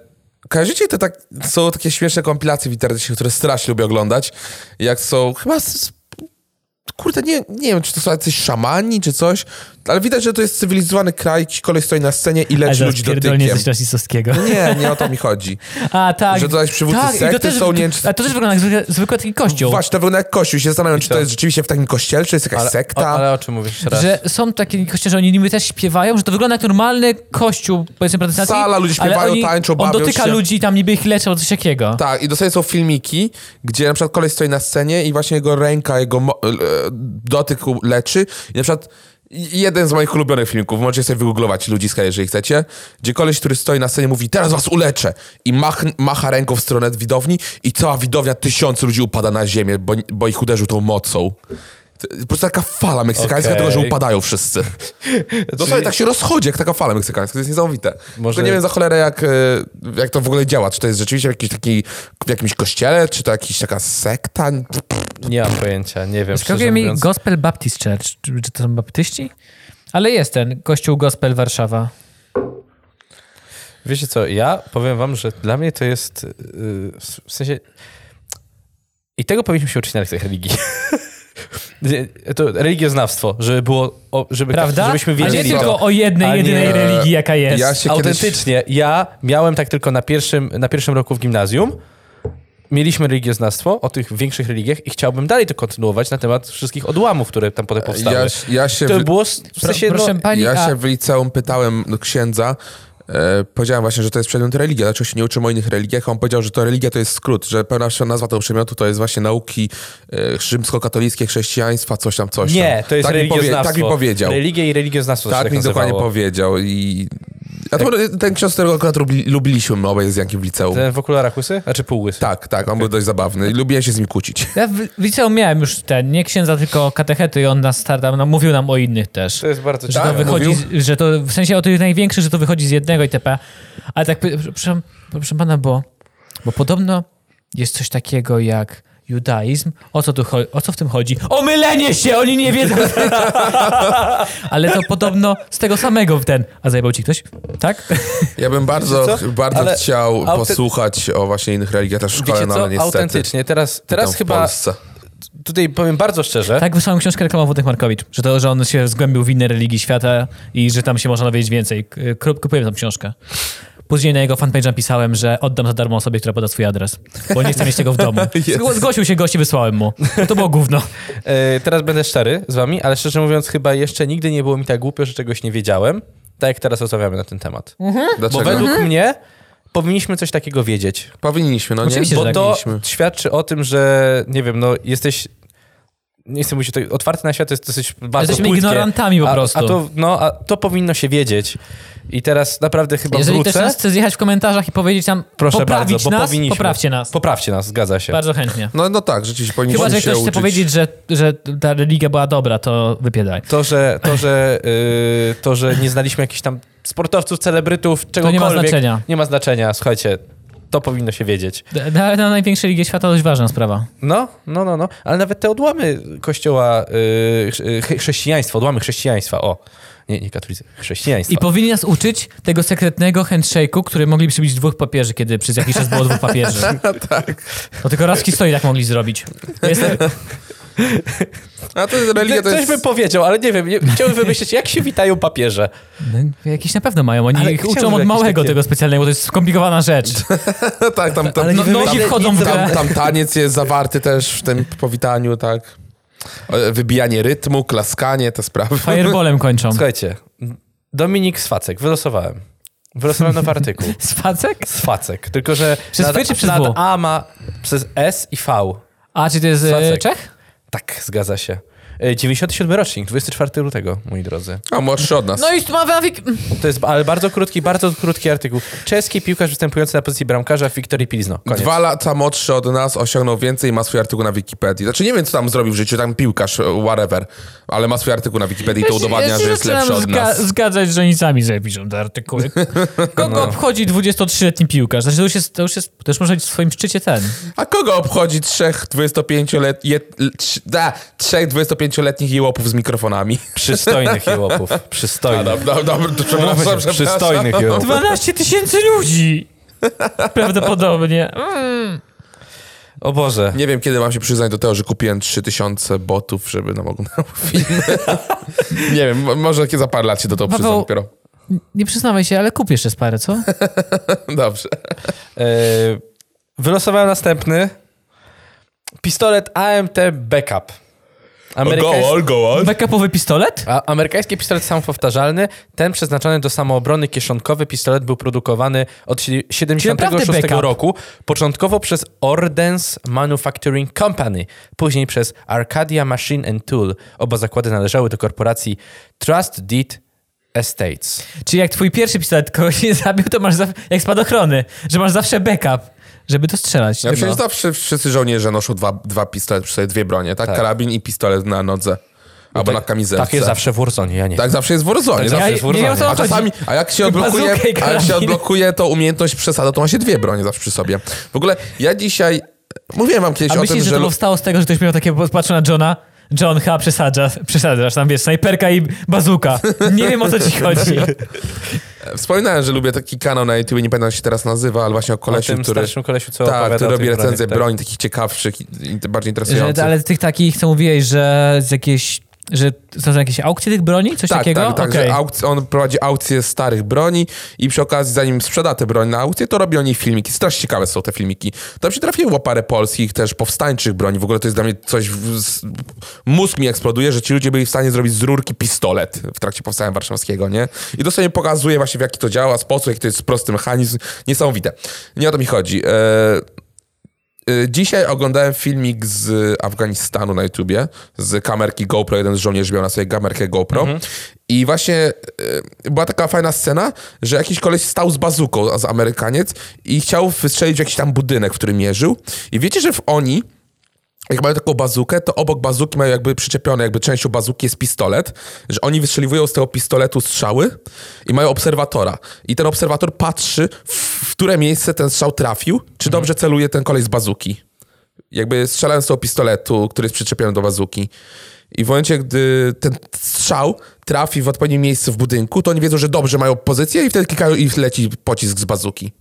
Speaker 3: kojarzycie te tak, są takie śmieszne kompilacje w internecie, które strasznie lubię oglądać. Jak są, chyba, s- s- kurde, nie, nie wiem, czy to są jacyś szamani, czy coś, ale widać, że to jest cywilizowany kraj, jakiś koleś stoi na scenie i leczy ludzi
Speaker 2: pierdolnie
Speaker 3: dotykiem.
Speaker 2: coś rasistowskiego.
Speaker 3: Nie, nie o to mi chodzi.
Speaker 2: A, tak.
Speaker 3: Że to jakiś przywódcy
Speaker 2: tak, i to
Speaker 3: sekty
Speaker 2: też,
Speaker 3: są, nie wiem, czy-
Speaker 2: A to też wygląda jak zwykle, zwykły taki kościół.
Speaker 3: Właśnie, to wygląda jak kościół. Się zastanawiam, czy to jest rzeczywiście w takim kościele, czy jest jakaś
Speaker 1: Ale,
Speaker 3: sekta.
Speaker 1: o, ale o czym mówisz jeszcze raz?
Speaker 2: Że są takie kościoły, że oni niby też śpiewają, że to wygląda jak normalny kościół, powiedzmy, protestancki.
Speaker 3: Sala, ludzie
Speaker 2: ale
Speaker 3: śpiewają,
Speaker 2: oni,
Speaker 3: tańczą,
Speaker 2: On
Speaker 3: bawią
Speaker 2: dotyka
Speaker 3: się.
Speaker 2: ludzi i tam niby ich leczy albo coś takiego.
Speaker 3: Tak, i dostaje są filmiki, gdzie na przykład koleś stoi na scenie i właśnie jego ręka, jego mo- e, dotyk leczy. I na przykład jeden z moich ulubionych filmików, możecie sobie wygooglować ludziska, jeżeli chcecie, gdzie koleś, który stoi na scenie mówi, teraz was uleczę i mach, macha ręką w stronę widowni i cała widownia, tysiące ludzi upada na ziemię, bo, bo ich uderzył tą mocą. To- Po prostu taka fala meksykańska,
Speaker 1: Okej.
Speaker 3: tego, że upadają wszyscy. Dosłownie tak się rozchodzi, jak taka fala meksykańska. To jest niesamowite.
Speaker 1: Może-
Speaker 3: Może... nie wiem za cholerę, jak, e, jak to w ogóle działa. Czy to jest rzeczywiście jakiś taki, w jakimś kościele, czy to jakaś taka sekta?
Speaker 1: Nie mam pojęcia, nie wiem.
Speaker 2: Skakuje
Speaker 1: Szczerze
Speaker 2: mi
Speaker 1: mówiąc.
Speaker 2: Gospel Baptist Church. Czy, czy to są baptyści? Ale jest ten kościół Gospel Warszawa.
Speaker 1: Wiecie co, ja powiem wam, że dla mnie to jest yy, w sensie... I tego powinniśmy się uczyć na lekcjach religii. Nie, to religioznawstwo, żeby było, o, żeby tak,
Speaker 2: Prawda?
Speaker 1: żebyśmy
Speaker 2: A nie
Speaker 1: wiedzieli
Speaker 2: tylko
Speaker 1: to.
Speaker 2: o jednej,
Speaker 1: A nie-
Speaker 2: jedynej religii, jaka jest.
Speaker 3: Ja się kiedyś...
Speaker 1: Autentycznie, ja miałem tak tylko na pierwszym, na pierwszym roku w gimnazjum. Mieliśmy religioznawstwo o tych większych religiach i chciałbym dalej to kontynuować na temat wszystkich odłamów, które tam potem powstały.
Speaker 3: Ja, ja się...
Speaker 1: to
Speaker 3: wy-
Speaker 1: było s- w
Speaker 2: Pro,
Speaker 1: sensie,
Speaker 2: proszę
Speaker 1: no,
Speaker 2: pani,
Speaker 3: Ja
Speaker 2: a,
Speaker 3: się w liceum pytałem do księdza, e, powiedziałem właśnie, że to jest przedmiot religii, dlaczego się nie uczymy o innych religiach? A On powiedział, że to religia to jest skrót, że pełna nazwa tego przedmiotu to jest właśnie nauki e, rzymskokatolickie, chrześcijaństwa, coś tam, coś tam.
Speaker 1: nie, to jest
Speaker 3: tak mi, powie,
Speaker 1: religioznawstwo.
Speaker 3: tak mi powiedział.
Speaker 1: Religia i religioznawstwo to się
Speaker 3: Tak
Speaker 1: tak
Speaker 3: mi dokładnie
Speaker 1: nazywało.
Speaker 3: powiedział i... A to był ten ksiądz, którego akurat lubi, lubiliśmy my obaj z Jankiem w liceum.
Speaker 1: Ten w okularach łysy? Znaczy półłysy.
Speaker 3: Tak, tak, on był dość zabawny i lubiłem się z nim kłócić.
Speaker 2: ja w liceum miałem już ten, nie księdza, tylko katechety i on nas startał, no, mówił nam o innych też.
Speaker 1: To jest bardzo
Speaker 2: Że to
Speaker 1: ciekawe.
Speaker 2: wychodzi, z- że to w sensie o tych największych, że to wychodzi z jednego itp. Ale tak, py- proszę, proszę pana, bo, bo podobno jest coś takiego jak judaizm. O co, tu cho- o co w tym chodzi? O mylenie się! Oni nie wiedzą. Ale to podobno z tego samego w ten. A zajebał ci ktoś? Tak?
Speaker 3: Ja bym bardzo,
Speaker 1: Wiecie co?
Speaker 3: bardzo
Speaker 1: Ale
Speaker 3: chciał
Speaker 1: aute-
Speaker 3: posłuchać o właśnie innych religiach też w szkole,
Speaker 1: Wiecie
Speaker 3: no ale
Speaker 1: co?
Speaker 3: niestety.
Speaker 1: Autentycznie. Teraz, teraz
Speaker 3: Witam w
Speaker 1: chyba,
Speaker 3: Polsce.
Speaker 1: tutaj powiem bardzo szczerze,
Speaker 2: Tak wysłałem książkę reklamową Wodek Markowicz, że to, że on się zgłębił w inne religii świata i że tam się można dowiedzieć więcej. K- k- Kupiłem tą książkę. Później na jego fanpage'a napisałem, że oddam za darmo osobie, która poda swój adres, bo nie chcę mieć tego w domu. Zg- Zgłosił się gość i wysłałem mu. No To było gówno.
Speaker 1: E, teraz będę szczery z wami, ale szczerze mówiąc, chyba jeszcze nigdy nie było mi tak głupio, że czegoś nie wiedziałem. Tak jak teraz rozmawiamy na ten temat. Bo
Speaker 3: Dlaczego?
Speaker 1: według
Speaker 2: Mhm.
Speaker 1: mnie powinniśmy coś takiego wiedzieć.
Speaker 3: Powinniśmy, no nie?
Speaker 2: Oczywiście, że
Speaker 1: Bo
Speaker 2: tak
Speaker 1: to
Speaker 3: powinniśmy.
Speaker 1: świadczy o tym, że nie wiem, no jesteś. Nie chcę mówić, tutaj otwarty na świat to jest dosyć bardzo
Speaker 2: Jesteśmy
Speaker 1: płytkie.
Speaker 2: ignorantami po
Speaker 1: a,
Speaker 2: prostu.
Speaker 1: A to, no, a to powinno się wiedzieć. I teraz naprawdę chyba
Speaker 2: Jeżeli
Speaker 1: wrócę.
Speaker 2: ktoś nas chce zjechać w komentarzach i powiedzieć nam,
Speaker 1: Proszę
Speaker 2: poprawić
Speaker 1: bardzo, bo
Speaker 2: nas,
Speaker 1: powinniśmy. Tak.
Speaker 2: poprawcie nas.
Speaker 1: Poprawcie nas, zgadza się.
Speaker 2: Bardzo chętnie.
Speaker 3: No, no tak, rzeczywiście powinniśmy
Speaker 2: Chyba, że
Speaker 3: się
Speaker 2: ktoś chce
Speaker 3: uczyć.
Speaker 2: powiedzieć, że, że ta religia była dobra, to wypierdaj.
Speaker 1: To, że, to, że, yy, to, że nie znaliśmy jakichś tam sportowców, celebrytów, czegokolwiek.
Speaker 2: znaczenia.
Speaker 1: Nie ma znaczenia, słuchajcie. To powinno się wiedzieć.
Speaker 2: D- Na, na największej Ligie Świata dość ważna sprawa.
Speaker 1: No, no, no, no. Ale nawet te odłamy kościoła, yy, chrze- chrześcijaństwa, odłamy chrześcijaństwa, o. Nie, nie katolicy, chrześcijaństwa.
Speaker 2: I powinni nas uczyć tego sekretnego handshake'u, który mogli przybić dwóch papieży, kiedy przez jakiś czas było dwóch papieży.
Speaker 3: tak.
Speaker 2: No tylko raz w historii tak mogli zrobić. Jest,
Speaker 3: A to jest religia, to
Speaker 1: Ktoś
Speaker 3: jest...
Speaker 1: by powiedział, ale nie wiem, nie, chciałbym wymyślić, jak się witają papieże.
Speaker 2: No, jakieś na pewno mają. Oni
Speaker 1: Ale
Speaker 2: ich uczą
Speaker 1: chciałbym
Speaker 2: od
Speaker 1: jakieś
Speaker 2: małego
Speaker 1: takie-
Speaker 2: tego specjalnego, to jest skomplikowana rzecz.
Speaker 3: No tak, tam, tam,
Speaker 2: Ale nie
Speaker 3: tam,
Speaker 2: wymyśl-
Speaker 3: tam,
Speaker 2: Nogi wchodzą w grę.
Speaker 3: tam, tam taniec jest zawarty też w tym powitaniu, tak. E, Wybijanie rytmu, klaskanie, te sprawy.
Speaker 2: Fireballem kończą.
Speaker 1: Słuchajcie, Dominik Swacek, wylosowałem. Wylosowałem nowy artykuł.
Speaker 2: Spacek?
Speaker 1: Swacek, tylko że
Speaker 2: Przez
Speaker 1: nad,
Speaker 2: W czy przez
Speaker 1: nad
Speaker 2: W?
Speaker 1: A ma przez S i V.
Speaker 2: A, czy to jest e,
Speaker 1: Swacek.
Speaker 2: Czech?
Speaker 1: Tak, zgadza się. E, 97 rocznik, 24 lutego, moi drodzy.
Speaker 3: A młodszy od nas.
Speaker 2: No i tu ma wawik...
Speaker 1: To jest ale bardzo krótki, bardzo krótki artykuł. Czeski piłkarz występujący na pozycji bramkarza w Wiktorii Pilzno. Koniec.
Speaker 3: Dwa lata młodszy od nas osiągnął więcej i ma swój artykuł na Wikipedii. Znaczy nie wiem, co tam zrobił w życiu, tam piłkarz, e, whatever, ale ma swój artykuł na Wikipedii i to
Speaker 2: Ja się-
Speaker 3: udowadnia,
Speaker 2: ja się
Speaker 3: że jest
Speaker 2: zaczynam
Speaker 3: lepszy od
Speaker 2: zga-
Speaker 3: nas.
Speaker 2: zgadzać, że oni sami sobie piszą te artykuły. Kogo
Speaker 1: No.
Speaker 2: obchodzi 23-letni piłkarz? Znaczy, to już jest, to już jest, to już może być w swoim szczycie ten.
Speaker 3: A kogo obchodzi trzech 25-letnich trzech 25-letnich jełopów z mikrofonami?
Speaker 1: Przystojnych jełopów. Przystojnych.
Speaker 3: Dobra, dobra, to przepraszam, przepraszam.
Speaker 1: Przystojnych
Speaker 3: tak,
Speaker 1: jełopów.
Speaker 2: 12 tysięcy ludzi! Prawdopodobnie.
Speaker 1: O Boże.
Speaker 3: Nie wiem, kiedy mam się przyznać do tego, że kupiłem 3000 botów, żeby nam oglądał filmy. nie wiem, mo- może takie za parę lat się do tego
Speaker 2: Paweł-
Speaker 3: przyznam dopiero.
Speaker 2: Nie przyznawaj się, ale kup jeszcze z parę, co?
Speaker 3: Dobrze.
Speaker 1: E, wylosowałem następny. Pistolet AMT Backup. Amerykański-
Speaker 3: go on.
Speaker 2: Backupowy pistolet?
Speaker 1: A amerykański pistolet samopowtarzalny, ten przeznaczony do samoobrony kieszonkowy pistolet był produkowany od sie- 76
Speaker 2: backup.
Speaker 1: roku, początkowo przez Ordnance Manufacturing Company, później przez Arcadia Machine and Tool. Oba zakłady należały do korporacji Trust Deed Estates.
Speaker 2: Czyli jak twój pierwszy pistolet kogoś nie zabił, to masz za... jak spadochrony, że masz zawsze backup, żeby dostrzelać.
Speaker 3: Ja przecież
Speaker 2: No.
Speaker 3: zawsze wszyscy żołnierze noszą dwa, dwa pistolety przy sobie, dwie bronie, tak? Karabin i pistolet na nodze. Albo na kamizelce.
Speaker 1: No Tak jest zawsze w Warzone, ja nie.
Speaker 3: Tak zawsze jest w Warzone.
Speaker 1: Tak
Speaker 3: zawsze
Speaker 1: zawsze
Speaker 2: Ja-
Speaker 1: jest w
Speaker 2: nie wiem, o co
Speaker 1: Warzone.
Speaker 3: A czasami, a jak się
Speaker 2: Bazooka
Speaker 3: odblokuje,
Speaker 2: i
Speaker 3: a jak
Speaker 2: karabin.
Speaker 3: się odblokuje to umiejętność przesada, to ma się dwie bronie zawsze przy sobie. W ogóle ja dzisiaj, mówiłem wam kiedyś
Speaker 2: A
Speaker 3: o
Speaker 2: myślisz,
Speaker 3: tym,
Speaker 2: że
Speaker 3: że...
Speaker 2: to
Speaker 3: lu-
Speaker 2: powstało z tego, że ktoś miał takie, bo patrzył na Johna, John chyba przesadza, przesadzasz, tam wiesz, snajperka i bazuka. Nie wiem, o co ci chodzi.
Speaker 3: Wspominałem, że lubię taki kanał na YouTube, nie pamiętam jak się teraz nazywa, ale właśnie o
Speaker 1: O
Speaker 3: kolesiu,
Speaker 1: tym
Speaker 3: który...
Speaker 1: starszym kolesiu, co
Speaker 3: Tak,
Speaker 1: opowiada
Speaker 3: który
Speaker 1: o
Speaker 3: robi
Speaker 1: tych
Speaker 3: recenzję
Speaker 1: broniach, tak.
Speaker 3: broni, takich ciekawszych i i bardziej
Speaker 2: Że,
Speaker 3: interesujących.
Speaker 2: ale tych takich, co mówiłeś, że z jakiejś, że są jakieś aukcje tych broni? Coś
Speaker 3: tak,
Speaker 2: takiego?
Speaker 3: tak, tak,
Speaker 2: Okej.
Speaker 3: że aukc- on prowadzi aukcję starych broni i przy okazji, zanim sprzeda te broń na aukcję, to robi o nich filmiki. Strasznie ciekawe są te filmiki. Tam się trafiło parę polskich też powstańczych broni. W ogóle to jest dla mnie coś... W, z, mózg mi eksploduje, że ci ludzie byli w stanie zrobić z rurki pistolet w trakcie powstania warszawskiego, nie? I to sobie pokazuje właśnie, w jaki to działa, sposób, jaki to jest prosty mechanizm. Niesamowite. Nie o to mi chodzi. E, Y, Dzisiaj oglądałem filmik z Afganistanu na YouTubie, z kamerki GoPro. Jeden z żołnierzy miał na sobie kamerkę GoPro. I właśnie y, była taka fajna scena, że jakiś koleś stał z bazuką, a z Amerykaniec, i chciał wystrzelić w jakiś tam budynek, w którym mierzył. I wiecie, że w oni jak mają taką bazukę, to obok bazuki mają jakby przyczepione, jakby częścią bazuki jest pistolet, że oni wystrzeliwują z tego pistoletu strzały i mają obserwatora. I ten obserwator patrzy, w, w które miejsce ten strzał trafił,
Speaker 2: Mhm.
Speaker 3: czy dobrze celuje ten kolej z bazuki. Jakby strzelają z tego pistoletu, który jest przyczepiony do bazuki. I w momencie, gdy ten strzał trafi w odpowiednie miejsce w budynku, to oni wiedzą, że dobrze mają pozycję i wtedy klikają i leci pocisk z bazuki.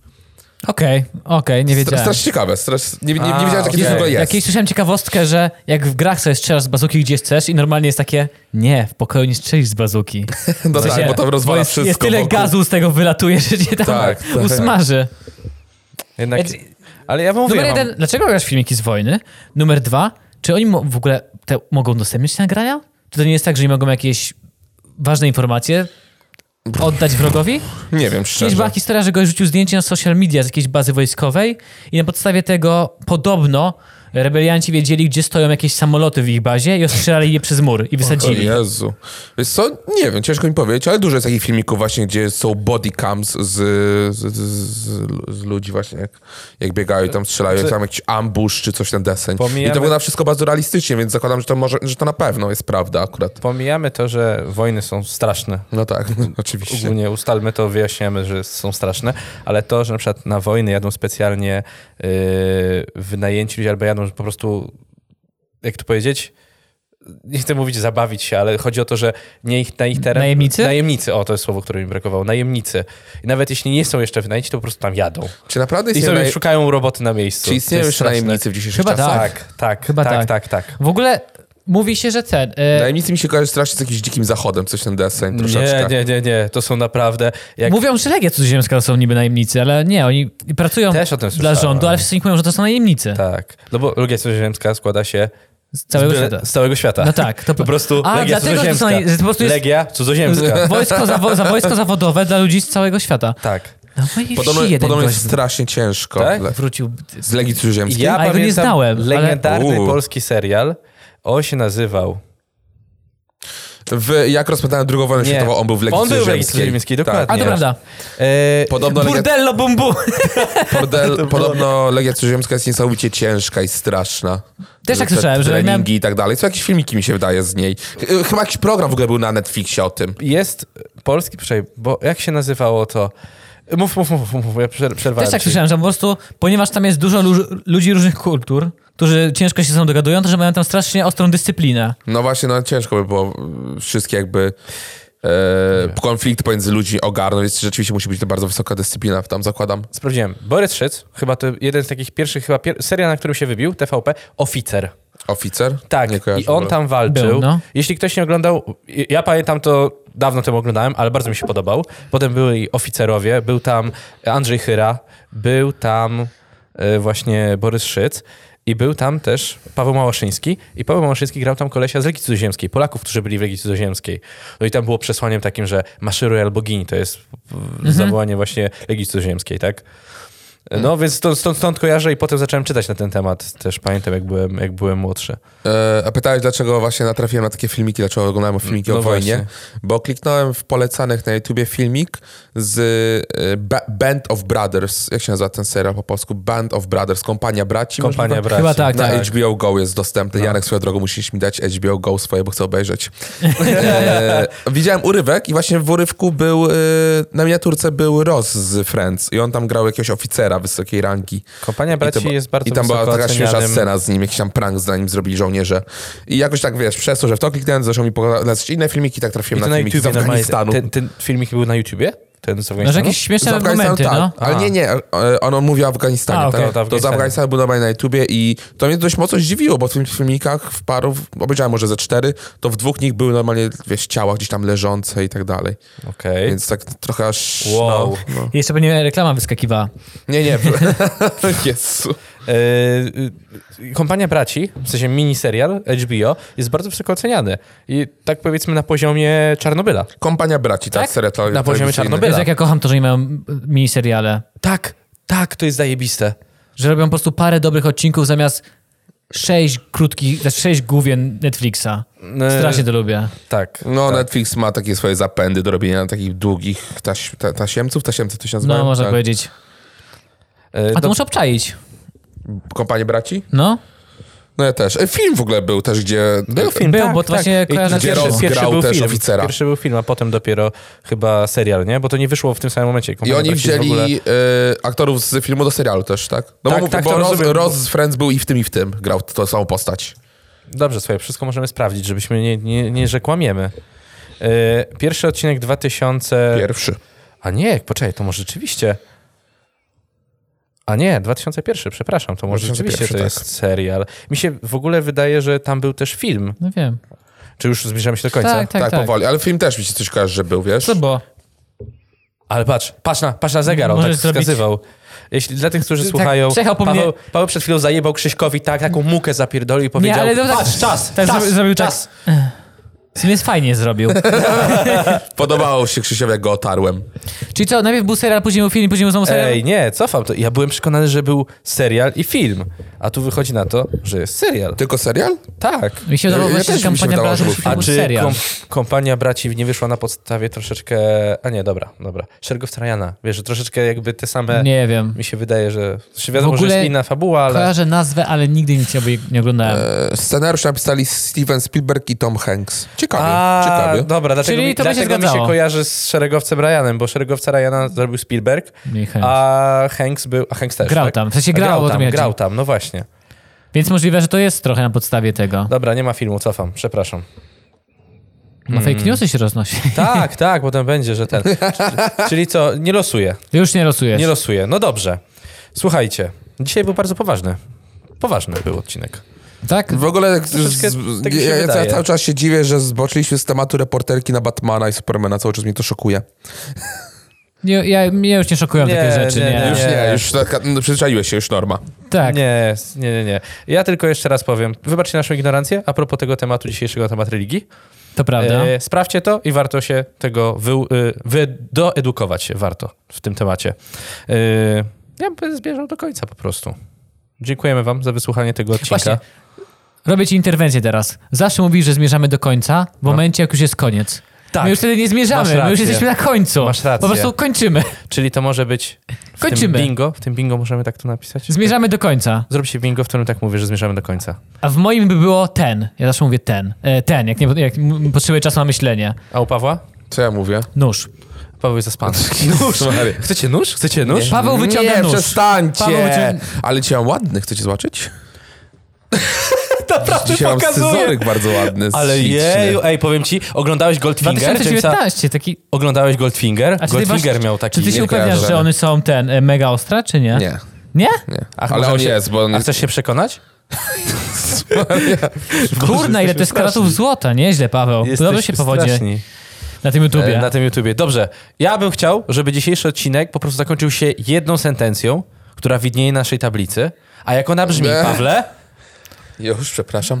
Speaker 2: Okej, okej, nie
Speaker 3: Stra-
Speaker 2: wiedziałem.
Speaker 3: strasznie ciekawe. Strasz... Nie, nie, nie
Speaker 1: A,
Speaker 3: wiedziałem, że takie coś w
Speaker 1: okej.
Speaker 3: ogóle jest.
Speaker 2: Jakieś słyszałem ciekawostkę, że jak w grach sobie strzelasz z bazuki gdzie chcesz i normalnie jest takie, nie, w pokoju nie strzelisz z bazuki.
Speaker 3: No
Speaker 2: W sensie,
Speaker 3: tak, bo to rozwala
Speaker 2: jest,
Speaker 3: wszystko.
Speaker 2: Jest tyle
Speaker 3: wokół.
Speaker 2: gazu z tego wylatuje, że cię tam
Speaker 3: Tak, tak.
Speaker 2: usmaży.
Speaker 1: Jednak,
Speaker 2: Więc-
Speaker 1: ale ja wam mówię,
Speaker 2: Numer
Speaker 1: mam-
Speaker 2: jeden, dlaczego robisz filmiki z wojny? Numer dwa, czy oni mo- w ogóle te mogą udostępnić te nagrania? Czy to nie jest tak, że nie mogą jakieś ważne informacje oddać wrogowi?
Speaker 3: Nie wiem,
Speaker 2: Kiedyś była
Speaker 3: szczerze.
Speaker 2: historia, że goś rzucił zdjęcie na social media z jakiejś bazy wojskowej i na podstawie tego podobno rebelianci wiedzieli, gdzie stoją jakieś samoloty w ich bazie i ostrzelali je przez mur i
Speaker 3: O
Speaker 2: wysadzili.
Speaker 3: Jezu. Wiesz co? Nie wiem, ciężko mi powiedzieć, ale dużo jest takich filmików właśnie, gdzie są body cams z, z, z, z, z ludzi właśnie, jak, jak biegają i tam strzelają,
Speaker 1: Czy-
Speaker 3: tam jakiś ambush czy coś ten deseń. I
Speaker 1: Pomijamy-
Speaker 3: to wygląda wszystko bardzo realistycznie, więc zakładam, że to, może, że to na pewno jest prawda akurat.
Speaker 1: pomijamy to, że wojny są straszne.
Speaker 3: No tak, oczywiście.
Speaker 1: Ogólnie ustalmy to, wyjaśniamy, że są straszne, ale to, że na przykład na wojny jadą specjalnie yy, wynajęci ludzie, albo jadą po prostu, jak to powiedzieć, nie chcę mówić zabawić się, ale chodzi o to, że nie ich, na ich teren...
Speaker 2: Najemnicy?
Speaker 1: Najemnicy, o to jest słowo, które mi brakowało, najemnicy. I nawet jeśli nie są jeszcze wynajęci, to po prostu tam jadą.
Speaker 3: Czy
Speaker 1: I
Speaker 3: naprawdę istnieją,
Speaker 1: sobie
Speaker 3: naj...
Speaker 1: szukają roboty na miejscu.
Speaker 3: czy istnieją
Speaker 1: To jest
Speaker 3: jeszcze
Speaker 1: straszne.
Speaker 3: najemnicy w dzisiejszych
Speaker 2: Chyba
Speaker 3: czasach?
Speaker 1: Tak, tak,
Speaker 2: Chyba
Speaker 1: tak, tak,
Speaker 2: tak.
Speaker 1: tak.
Speaker 2: W ogóle mówi się, że ten... e,
Speaker 3: Najemnicy mi się kojarzy strasznie z jakimś dzikim zachodem, coś ten deseń troszeczkę.
Speaker 1: Nie, nie, nie, nie. To są naprawdę... Jak...
Speaker 2: Mówią, że Legia Cudzoziemska to są niby najemnicy, ale nie, oni pracują
Speaker 1: Też o tym
Speaker 2: dla
Speaker 1: słyszałem.
Speaker 2: rządu, ale wszyscy ich mówią, że to są najemnicy
Speaker 1: Tak. No bo Legia Cudzoziemska składa się
Speaker 2: z całego
Speaker 1: z, byle-
Speaker 2: świata.
Speaker 1: z całego świata.
Speaker 2: No tak, to
Speaker 1: po prostu
Speaker 2: A,
Speaker 1: Legia
Speaker 2: dlatego, że to są-
Speaker 1: Cudzoziemska.
Speaker 2: że to po prostu jest-
Speaker 1: Legia Cudzoziemska.
Speaker 2: Wojsko, zawo- za wojsko zawodowe dla ludzi z całego świata.
Speaker 1: tak.
Speaker 2: No bo i
Speaker 3: Podobno,
Speaker 2: wsi jeden
Speaker 3: podobno
Speaker 2: gość
Speaker 3: jest strasznie ciężko.
Speaker 1: Tak?
Speaker 3: Le-
Speaker 2: wrócił.
Speaker 3: Z Legii Cudzoziemskiej.
Speaker 1: Ja
Speaker 2: A ja go nie
Speaker 1: pamiętam
Speaker 2: znałem, ale-
Speaker 1: legendarny
Speaker 3: Uuu.
Speaker 1: polski serial. On się nazywał...
Speaker 3: W, jak rozpętałem drugą wojnę
Speaker 1: Nie.
Speaker 3: światową, on był w Legii
Speaker 1: On był w Legii
Speaker 3: Cudzoziemskiej.
Speaker 1: Cudzoziemskiej,
Speaker 3: Tak.
Speaker 1: dokładnie.
Speaker 2: A to
Speaker 1: Nie.
Speaker 2: prawda.
Speaker 1: E,
Speaker 3: Podobno, Legia,
Speaker 2: Burdello bumbu.
Speaker 3: bordel, Tak. podobno Legia Cudzoziemska jest niesamowicie ciężka i straszna.
Speaker 2: Też tak
Speaker 3: Te
Speaker 2: słyszałem, że
Speaker 3: Treningi
Speaker 2: miałem-
Speaker 3: i tak dalej. Są jakieś filmiki, mi się wydaje, z niej. Ch- Chyba jakiś program w ogóle był na Netflixie o tym.
Speaker 1: jest polski, przecież, bo jak się nazywało to? Mów, mów, mów, mów, mów ja przer- przerwałem.
Speaker 2: Też tak
Speaker 1: ci.
Speaker 2: słyszałem, że po prostu, ponieważ tam jest dużo lu- ludzi różnych kultur, którzy ciężko się ze sobą dogadują, to że mają tam strasznie ostrą dyscyplinę.
Speaker 3: No właśnie, no ciężko by było mm, wszystkie jakby e, konflikty pomiędzy ludźmi ogarnąć. Więc Rzeczywiście musi być to bardzo wysoka dyscyplina, tam zakładam.
Speaker 1: Sprawdziłem. Borys Szyc, chyba to jeden z takich pierwszych, chyba pier... serial, na którym się wybił, TVP, Oficer.
Speaker 3: Oficer?
Speaker 1: Tak,
Speaker 3: Nie kojarzę
Speaker 1: i on
Speaker 3: w ogóle.
Speaker 1: tam walczył.
Speaker 2: Był, no.
Speaker 1: Jeśli ktoś nie oglądał, ja- ja pamiętam to, dawno temu oglądałem, ale bardzo mi się podobał. Potem byli oficerowie, był tam Andrzej Chyra, był tam e, właśnie Borys Szyc i był tam też Paweł Małaszyński i Paweł Małaszyński grał tam kolesia z Legii Cudzoziemskiej, Polaków, którzy byli w Legii Cudzoziemskiej. No i tam było przesłaniem takim, że maszeruj albo gin, to jest mhm. zawołanie właśnie Legii Cudzoziemskiej, tak? No więc stąd, stąd, stąd kojarzę i potem zacząłem czytać na ten temat, też pamiętam jak byłem, jak byłem młodszy.
Speaker 3: E, a pytałeś, dlaczego właśnie natrafiłem na takie filmiki, dlaczego oglądałem filmiki
Speaker 1: No
Speaker 3: o wojnie?
Speaker 1: właśnie.
Speaker 3: Bo kliknąłem w polecanych na YouTubie filmik z e, Ba- Band of Brothers, jak się nazywa ten serial po polsku? Band of Brothers, Kompania Braci.
Speaker 1: Kompania No.
Speaker 3: możliwe?
Speaker 1: Braci.
Speaker 2: Chyba tak,
Speaker 3: Na
Speaker 2: tak.
Speaker 3: HBO Go jest dostępny. Janek, swoją drogą, musisz mi dać HBO Go swoje, bo chcę obejrzeć. e, widziałem urywek i właśnie w urywku był, e, na miniaturce był Ross z Friends i on tam grał jakiegoś oficera wysokiej rangi.
Speaker 1: Kompania
Speaker 3: I
Speaker 1: Braci
Speaker 3: to ba-
Speaker 1: jest bardzo
Speaker 3: I tam była
Speaker 1: wysoko
Speaker 3: taka śmieszna
Speaker 1: ocenianym-
Speaker 3: scena z nim, jakiś tam prank z nim zrobili żołnierze. I jakoś tak, wiesz, przez to, że w to kliknąłem, zaczął mi pokazać inne filmiki, tak
Speaker 1: I
Speaker 3: trafiłem
Speaker 1: to
Speaker 3: na,
Speaker 1: na
Speaker 3: filmiki z
Speaker 1: YouTubie
Speaker 3: Afganistanu.
Speaker 1: normalnie. Ten, ten filmik był na YouTubie? Ten z
Speaker 2: No, że
Speaker 1: Afganistanu?
Speaker 2: jakieś
Speaker 3: Z
Speaker 2: śmieszne
Speaker 3: Afganistanu,
Speaker 2: momenty,
Speaker 3: tak.
Speaker 2: no.
Speaker 3: Ale nie, nie, e, on, on mówi o Afganistanie,
Speaker 2: A,
Speaker 3: tak?
Speaker 2: okej.
Speaker 1: No, to
Speaker 3: To z
Speaker 1: Afganistanie.
Speaker 3: Afganistanu był normalnie na YouTubie i to mnie dość mocno zdziwiło, bo w tych filmikach w paru, w- obejrzałem może ze cztery, to w dwóch nich były normalnie, wiesz, ciała gdzieś tam leżące i tak dalej.
Speaker 1: Okej.
Speaker 3: Więc tak trochę aż...
Speaker 1: Wow.
Speaker 3: No, no.
Speaker 2: Jeszcze pewnie reklama wyskakiwała.
Speaker 3: Nie, nie. Jezu.
Speaker 1: E, y, Kompania Braci, w sensie miniserial HBO, jest bardzo wysoko oceniany. I tak powiedzmy na poziomie Czarnobyla.
Speaker 3: Kompania braci, tak?
Speaker 1: Tak?
Speaker 3: Serial tele-
Speaker 1: Na poziomie
Speaker 3: telewizyjny.
Speaker 1: Czarnobyla.
Speaker 2: Wiesz, jak ja kocham to, że nie mają miniseriale.
Speaker 1: Tak, tak, to jest zajebiste.
Speaker 2: Że robią po prostu parę dobrych odcinków zamiast sześć krótkich, znaczy sześć główien Netflixa.
Speaker 1: E,
Speaker 2: Strasznie to lubię.
Speaker 1: Tak.
Speaker 3: No,
Speaker 1: tak.
Speaker 3: Netflix ma takie swoje zapędy do robienia takich długich taś, ta, tasiemców, tasiemcy to się Tak. nazywa?
Speaker 2: No, można powiedzieć.
Speaker 1: E,
Speaker 2: A to
Speaker 1: tak. do-
Speaker 2: muszę obczaić.
Speaker 3: Kompanie braci?
Speaker 2: No.
Speaker 3: No ja też. E, Film w ogóle był też, gdzie... e,
Speaker 1: Był film,
Speaker 2: Był,
Speaker 1: tak,
Speaker 2: bo to
Speaker 1: tak.
Speaker 2: właśnie
Speaker 1: I
Speaker 2: kojarzę
Speaker 1: pierwszy-
Speaker 3: Ross
Speaker 1: pierwszy
Speaker 3: grał
Speaker 1: był
Speaker 3: też
Speaker 1: film.
Speaker 3: oficera.
Speaker 1: Pierwszy był film, a potem dopiero chyba serial, nie? Bo to nie wyszło w tym samym momencie.
Speaker 3: I
Speaker 1: Kompania
Speaker 3: oni
Speaker 1: Braci jest w
Speaker 3: wzięli
Speaker 1: ogóle-
Speaker 3: e, aktorów z filmu do serialu też, tak? No
Speaker 1: Tak,
Speaker 3: bo,
Speaker 1: tak,
Speaker 3: bo
Speaker 1: to
Speaker 3: Ross,
Speaker 1: rozumiem.
Speaker 3: Ross z Friends był i w tym, i w tym. Grał tą samą postać.
Speaker 1: Dobrze, słuchaj, wszystko możemy sprawdzić, żebyśmy nie, nie, nie że kłamiemy. E, Pierwszy odcinek 2000...
Speaker 3: Pierwszy.
Speaker 1: A nie, poczekaj, to może rzeczywiście. A nie, 2001, przepraszam, to może
Speaker 3: 2001,
Speaker 1: rzeczywiście to
Speaker 3: tak.
Speaker 1: jest serial. Mi się w ogóle wydaje, że tam był też film.
Speaker 2: No wiem.
Speaker 1: Czy już zbliżamy się do końca?
Speaker 2: Tak,
Speaker 3: Tak, powoli. Ale film też mi się coś kojarzy, że był, wiesz?
Speaker 2: Co bo?
Speaker 1: Ale patrz, patrz na, patrz na zegar, on
Speaker 2: Możesz
Speaker 1: tak
Speaker 2: zrobić-
Speaker 1: wskazywał. Jeśli, dla tych, którzy
Speaker 2: Tak,
Speaker 1: słuchają,
Speaker 2: przejechał po mnie.
Speaker 1: Paweł, Paweł przed chwilą zajebał Krzyśkowi tak, taką mukę zapierdolił i powiedział,
Speaker 2: ale to tak-
Speaker 1: patrz, czas,
Speaker 2: tak
Speaker 1: czas,
Speaker 2: zrobi- zrobił tak.
Speaker 1: czas.
Speaker 2: W sumie jest fajnie zrobił.
Speaker 3: Podobało się Krzysiowi, jak go otarłem.
Speaker 2: Czyli co, najpierw był serial, później był film, później był znowu serial?
Speaker 1: Ej, nie, cofam to. Ja byłem przekonany, że był serial i film, a tu wychodzi na to, że jest serial.
Speaker 3: Tylko serial?
Speaker 1: Tak.
Speaker 2: Mi się
Speaker 3: Ja-
Speaker 2: wydawało
Speaker 3: ja
Speaker 2: właśnie,
Speaker 3: też
Speaker 2: że
Speaker 3: mi się
Speaker 2: kampania brała,
Speaker 3: wydawało, że
Speaker 2: żeby
Speaker 3: był
Speaker 1: A
Speaker 2: był
Speaker 1: czy
Speaker 2: serial.
Speaker 1: kom, kompania braci nie wyszła na podstawie troszeczkę. A nie, dobra, dobra. Szeregowca Rajana. Wiesz, że troszeczkę jakby te same.
Speaker 2: Nie wiem.
Speaker 1: Mi się wydaje, że. Znaczy, wiadomo,
Speaker 2: W ogóle
Speaker 1: że jest inna fabuła, ale.
Speaker 2: Kojarzę nazwę, ale nigdy nic nie, obej- nie oglądałem.
Speaker 3: E, Scenariusz napisali Steven Spielberg i Tom Hanks. Ciekawie,
Speaker 1: A,
Speaker 3: ciekawie.
Speaker 1: dobra, dlatego,
Speaker 2: Czyli
Speaker 1: mi,
Speaker 2: to by się
Speaker 1: dlatego mi się
Speaker 2: zgadzało.
Speaker 1: kojarzy z szeregowcem Ryanem, bo szeregowca Ryana zrobił Spielberg,
Speaker 2: Mniej chęć.
Speaker 1: a Hanks był. A Hanks też.
Speaker 2: Grał
Speaker 1: tak?
Speaker 2: tam, w sensie
Speaker 1: A
Speaker 2: grał,
Speaker 1: grał
Speaker 2: o to mi
Speaker 1: tam,
Speaker 2: chodzi.
Speaker 1: grał tam, no właśnie.
Speaker 2: Więc możliwe, że to jest trochę na podstawie tego.
Speaker 1: Dobra, nie ma filmu, cofam, przepraszam.
Speaker 2: No fake newsy się roznosi.
Speaker 1: Tak, tak, potem będzie, że ten. Czyli co, nie losuję.
Speaker 2: Ty już nie losujesz.
Speaker 1: Nie losuję. No dobrze. Słuchajcie, dzisiaj był bardzo poważny. Poważny był odcinek.
Speaker 2: Tak?
Speaker 3: W ogóle
Speaker 1: Troszeczkę
Speaker 3: z,
Speaker 1: tak mi
Speaker 3: ja,
Speaker 1: się
Speaker 3: ja
Speaker 1: wydaje.
Speaker 3: cały czas się dziwię, że zboczyliśmy z tematu reporterki na Batmana i Supermana. Cały czas mnie to szokuje.
Speaker 2: Nie, ja, mnie już nie szokują
Speaker 1: Nie,
Speaker 2: takie rzeczy, nie.
Speaker 1: nie, nie.
Speaker 3: Już nie, już taka, no, przyzwyczaiłeś się, już norma.
Speaker 2: Tak.
Speaker 1: Nie, nie, nie, nie. Ja tylko jeszcze raz powiem. Wybaczcie naszą ignorancję a propos tego tematu dzisiejszego, na temat religii.
Speaker 2: To prawda.
Speaker 1: E, sprawdźcie to i warto się tego wy, y, wyedukować się warto w tym temacie. E, ja bym zbierzał do końca po prostu. Dziękujemy wam za wysłuchanie tego odcinka.
Speaker 2: Właśnie. Robię ci interwencję teraz. Zawsze mówisz, że zmierzamy do końca, w momencie, jak już jest koniec.
Speaker 1: No. Tak.
Speaker 2: My już wtedy nie
Speaker 1: Masz
Speaker 2: zmierzamy, my już
Speaker 1: rację.
Speaker 2: jesteśmy na końcu.
Speaker 1: Masz rację.
Speaker 2: Po prostu kończymy.
Speaker 1: Czyli to może być w
Speaker 2: Kończymy.
Speaker 1: tym bingo. W tym bingo możemy tak to napisać?
Speaker 2: Zmierzamy do końca.
Speaker 1: Zrób się bingo, w którym tak mówię, że zmierzamy do końca.
Speaker 2: A w moim by było ten. Ja zawsze mówię ten. E, ten, jak, nie, jak m- potrzebuję czasu na myślenie.
Speaker 1: A u Pawła?
Speaker 3: Co ja mówię?
Speaker 2: Nóż.
Speaker 1: Paweł jest zaspany.
Speaker 3: Nóż.
Speaker 1: Chcecie nóż? Chcecie nóż?
Speaker 2: Paweł wyciąga
Speaker 3: nie,
Speaker 2: nóż.
Speaker 3: przestańcie!
Speaker 2: Paweł wyciąga-
Speaker 3: Ale cię mam ładny, chcecie zobaczyć?
Speaker 1: Naprawdę
Speaker 3: Dzisiaj mam scyzoryk bardzo ładny,
Speaker 1: Ale
Speaker 3: śliczny.
Speaker 1: jeju, ej, powiem ci, oglądałeś Goldfinger? Jamesa?
Speaker 2: 2019, taki...
Speaker 1: Oglądałeś Goldfinger?
Speaker 2: A czy ty
Speaker 1: Goldfinger
Speaker 2: masz-
Speaker 1: miał taki...
Speaker 2: Czy ty się
Speaker 3: nie
Speaker 2: upewniasz,
Speaker 3: kojarzę.
Speaker 2: że one są ten, e, mega ostre, czy nie?
Speaker 3: Nie,
Speaker 2: Nie?
Speaker 3: nie.
Speaker 1: Ach,
Speaker 3: ale
Speaker 1: może
Speaker 3: on
Speaker 1: się-
Speaker 3: jest, bo on
Speaker 1: A
Speaker 3: jest...
Speaker 1: chcesz się przekonać?
Speaker 2: Kurna, ile to jest karatów złota. Nieźle, Paweł. Dobrze się powodzi
Speaker 1: straszni,
Speaker 2: na tym
Speaker 1: e,
Speaker 2: YouTubie.
Speaker 1: Na tym YouTubie. Dobrze. Ja bym chciał, żeby dzisiejszy odcinek po prostu zakończył się jedną sentencją, która widnieje na naszej tablicy. A jak ona brzmi,
Speaker 3: Nie.
Speaker 1: Pawle?
Speaker 3: Już, przepraszam.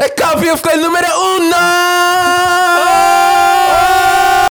Speaker 3: E, Kapiewka numero uno!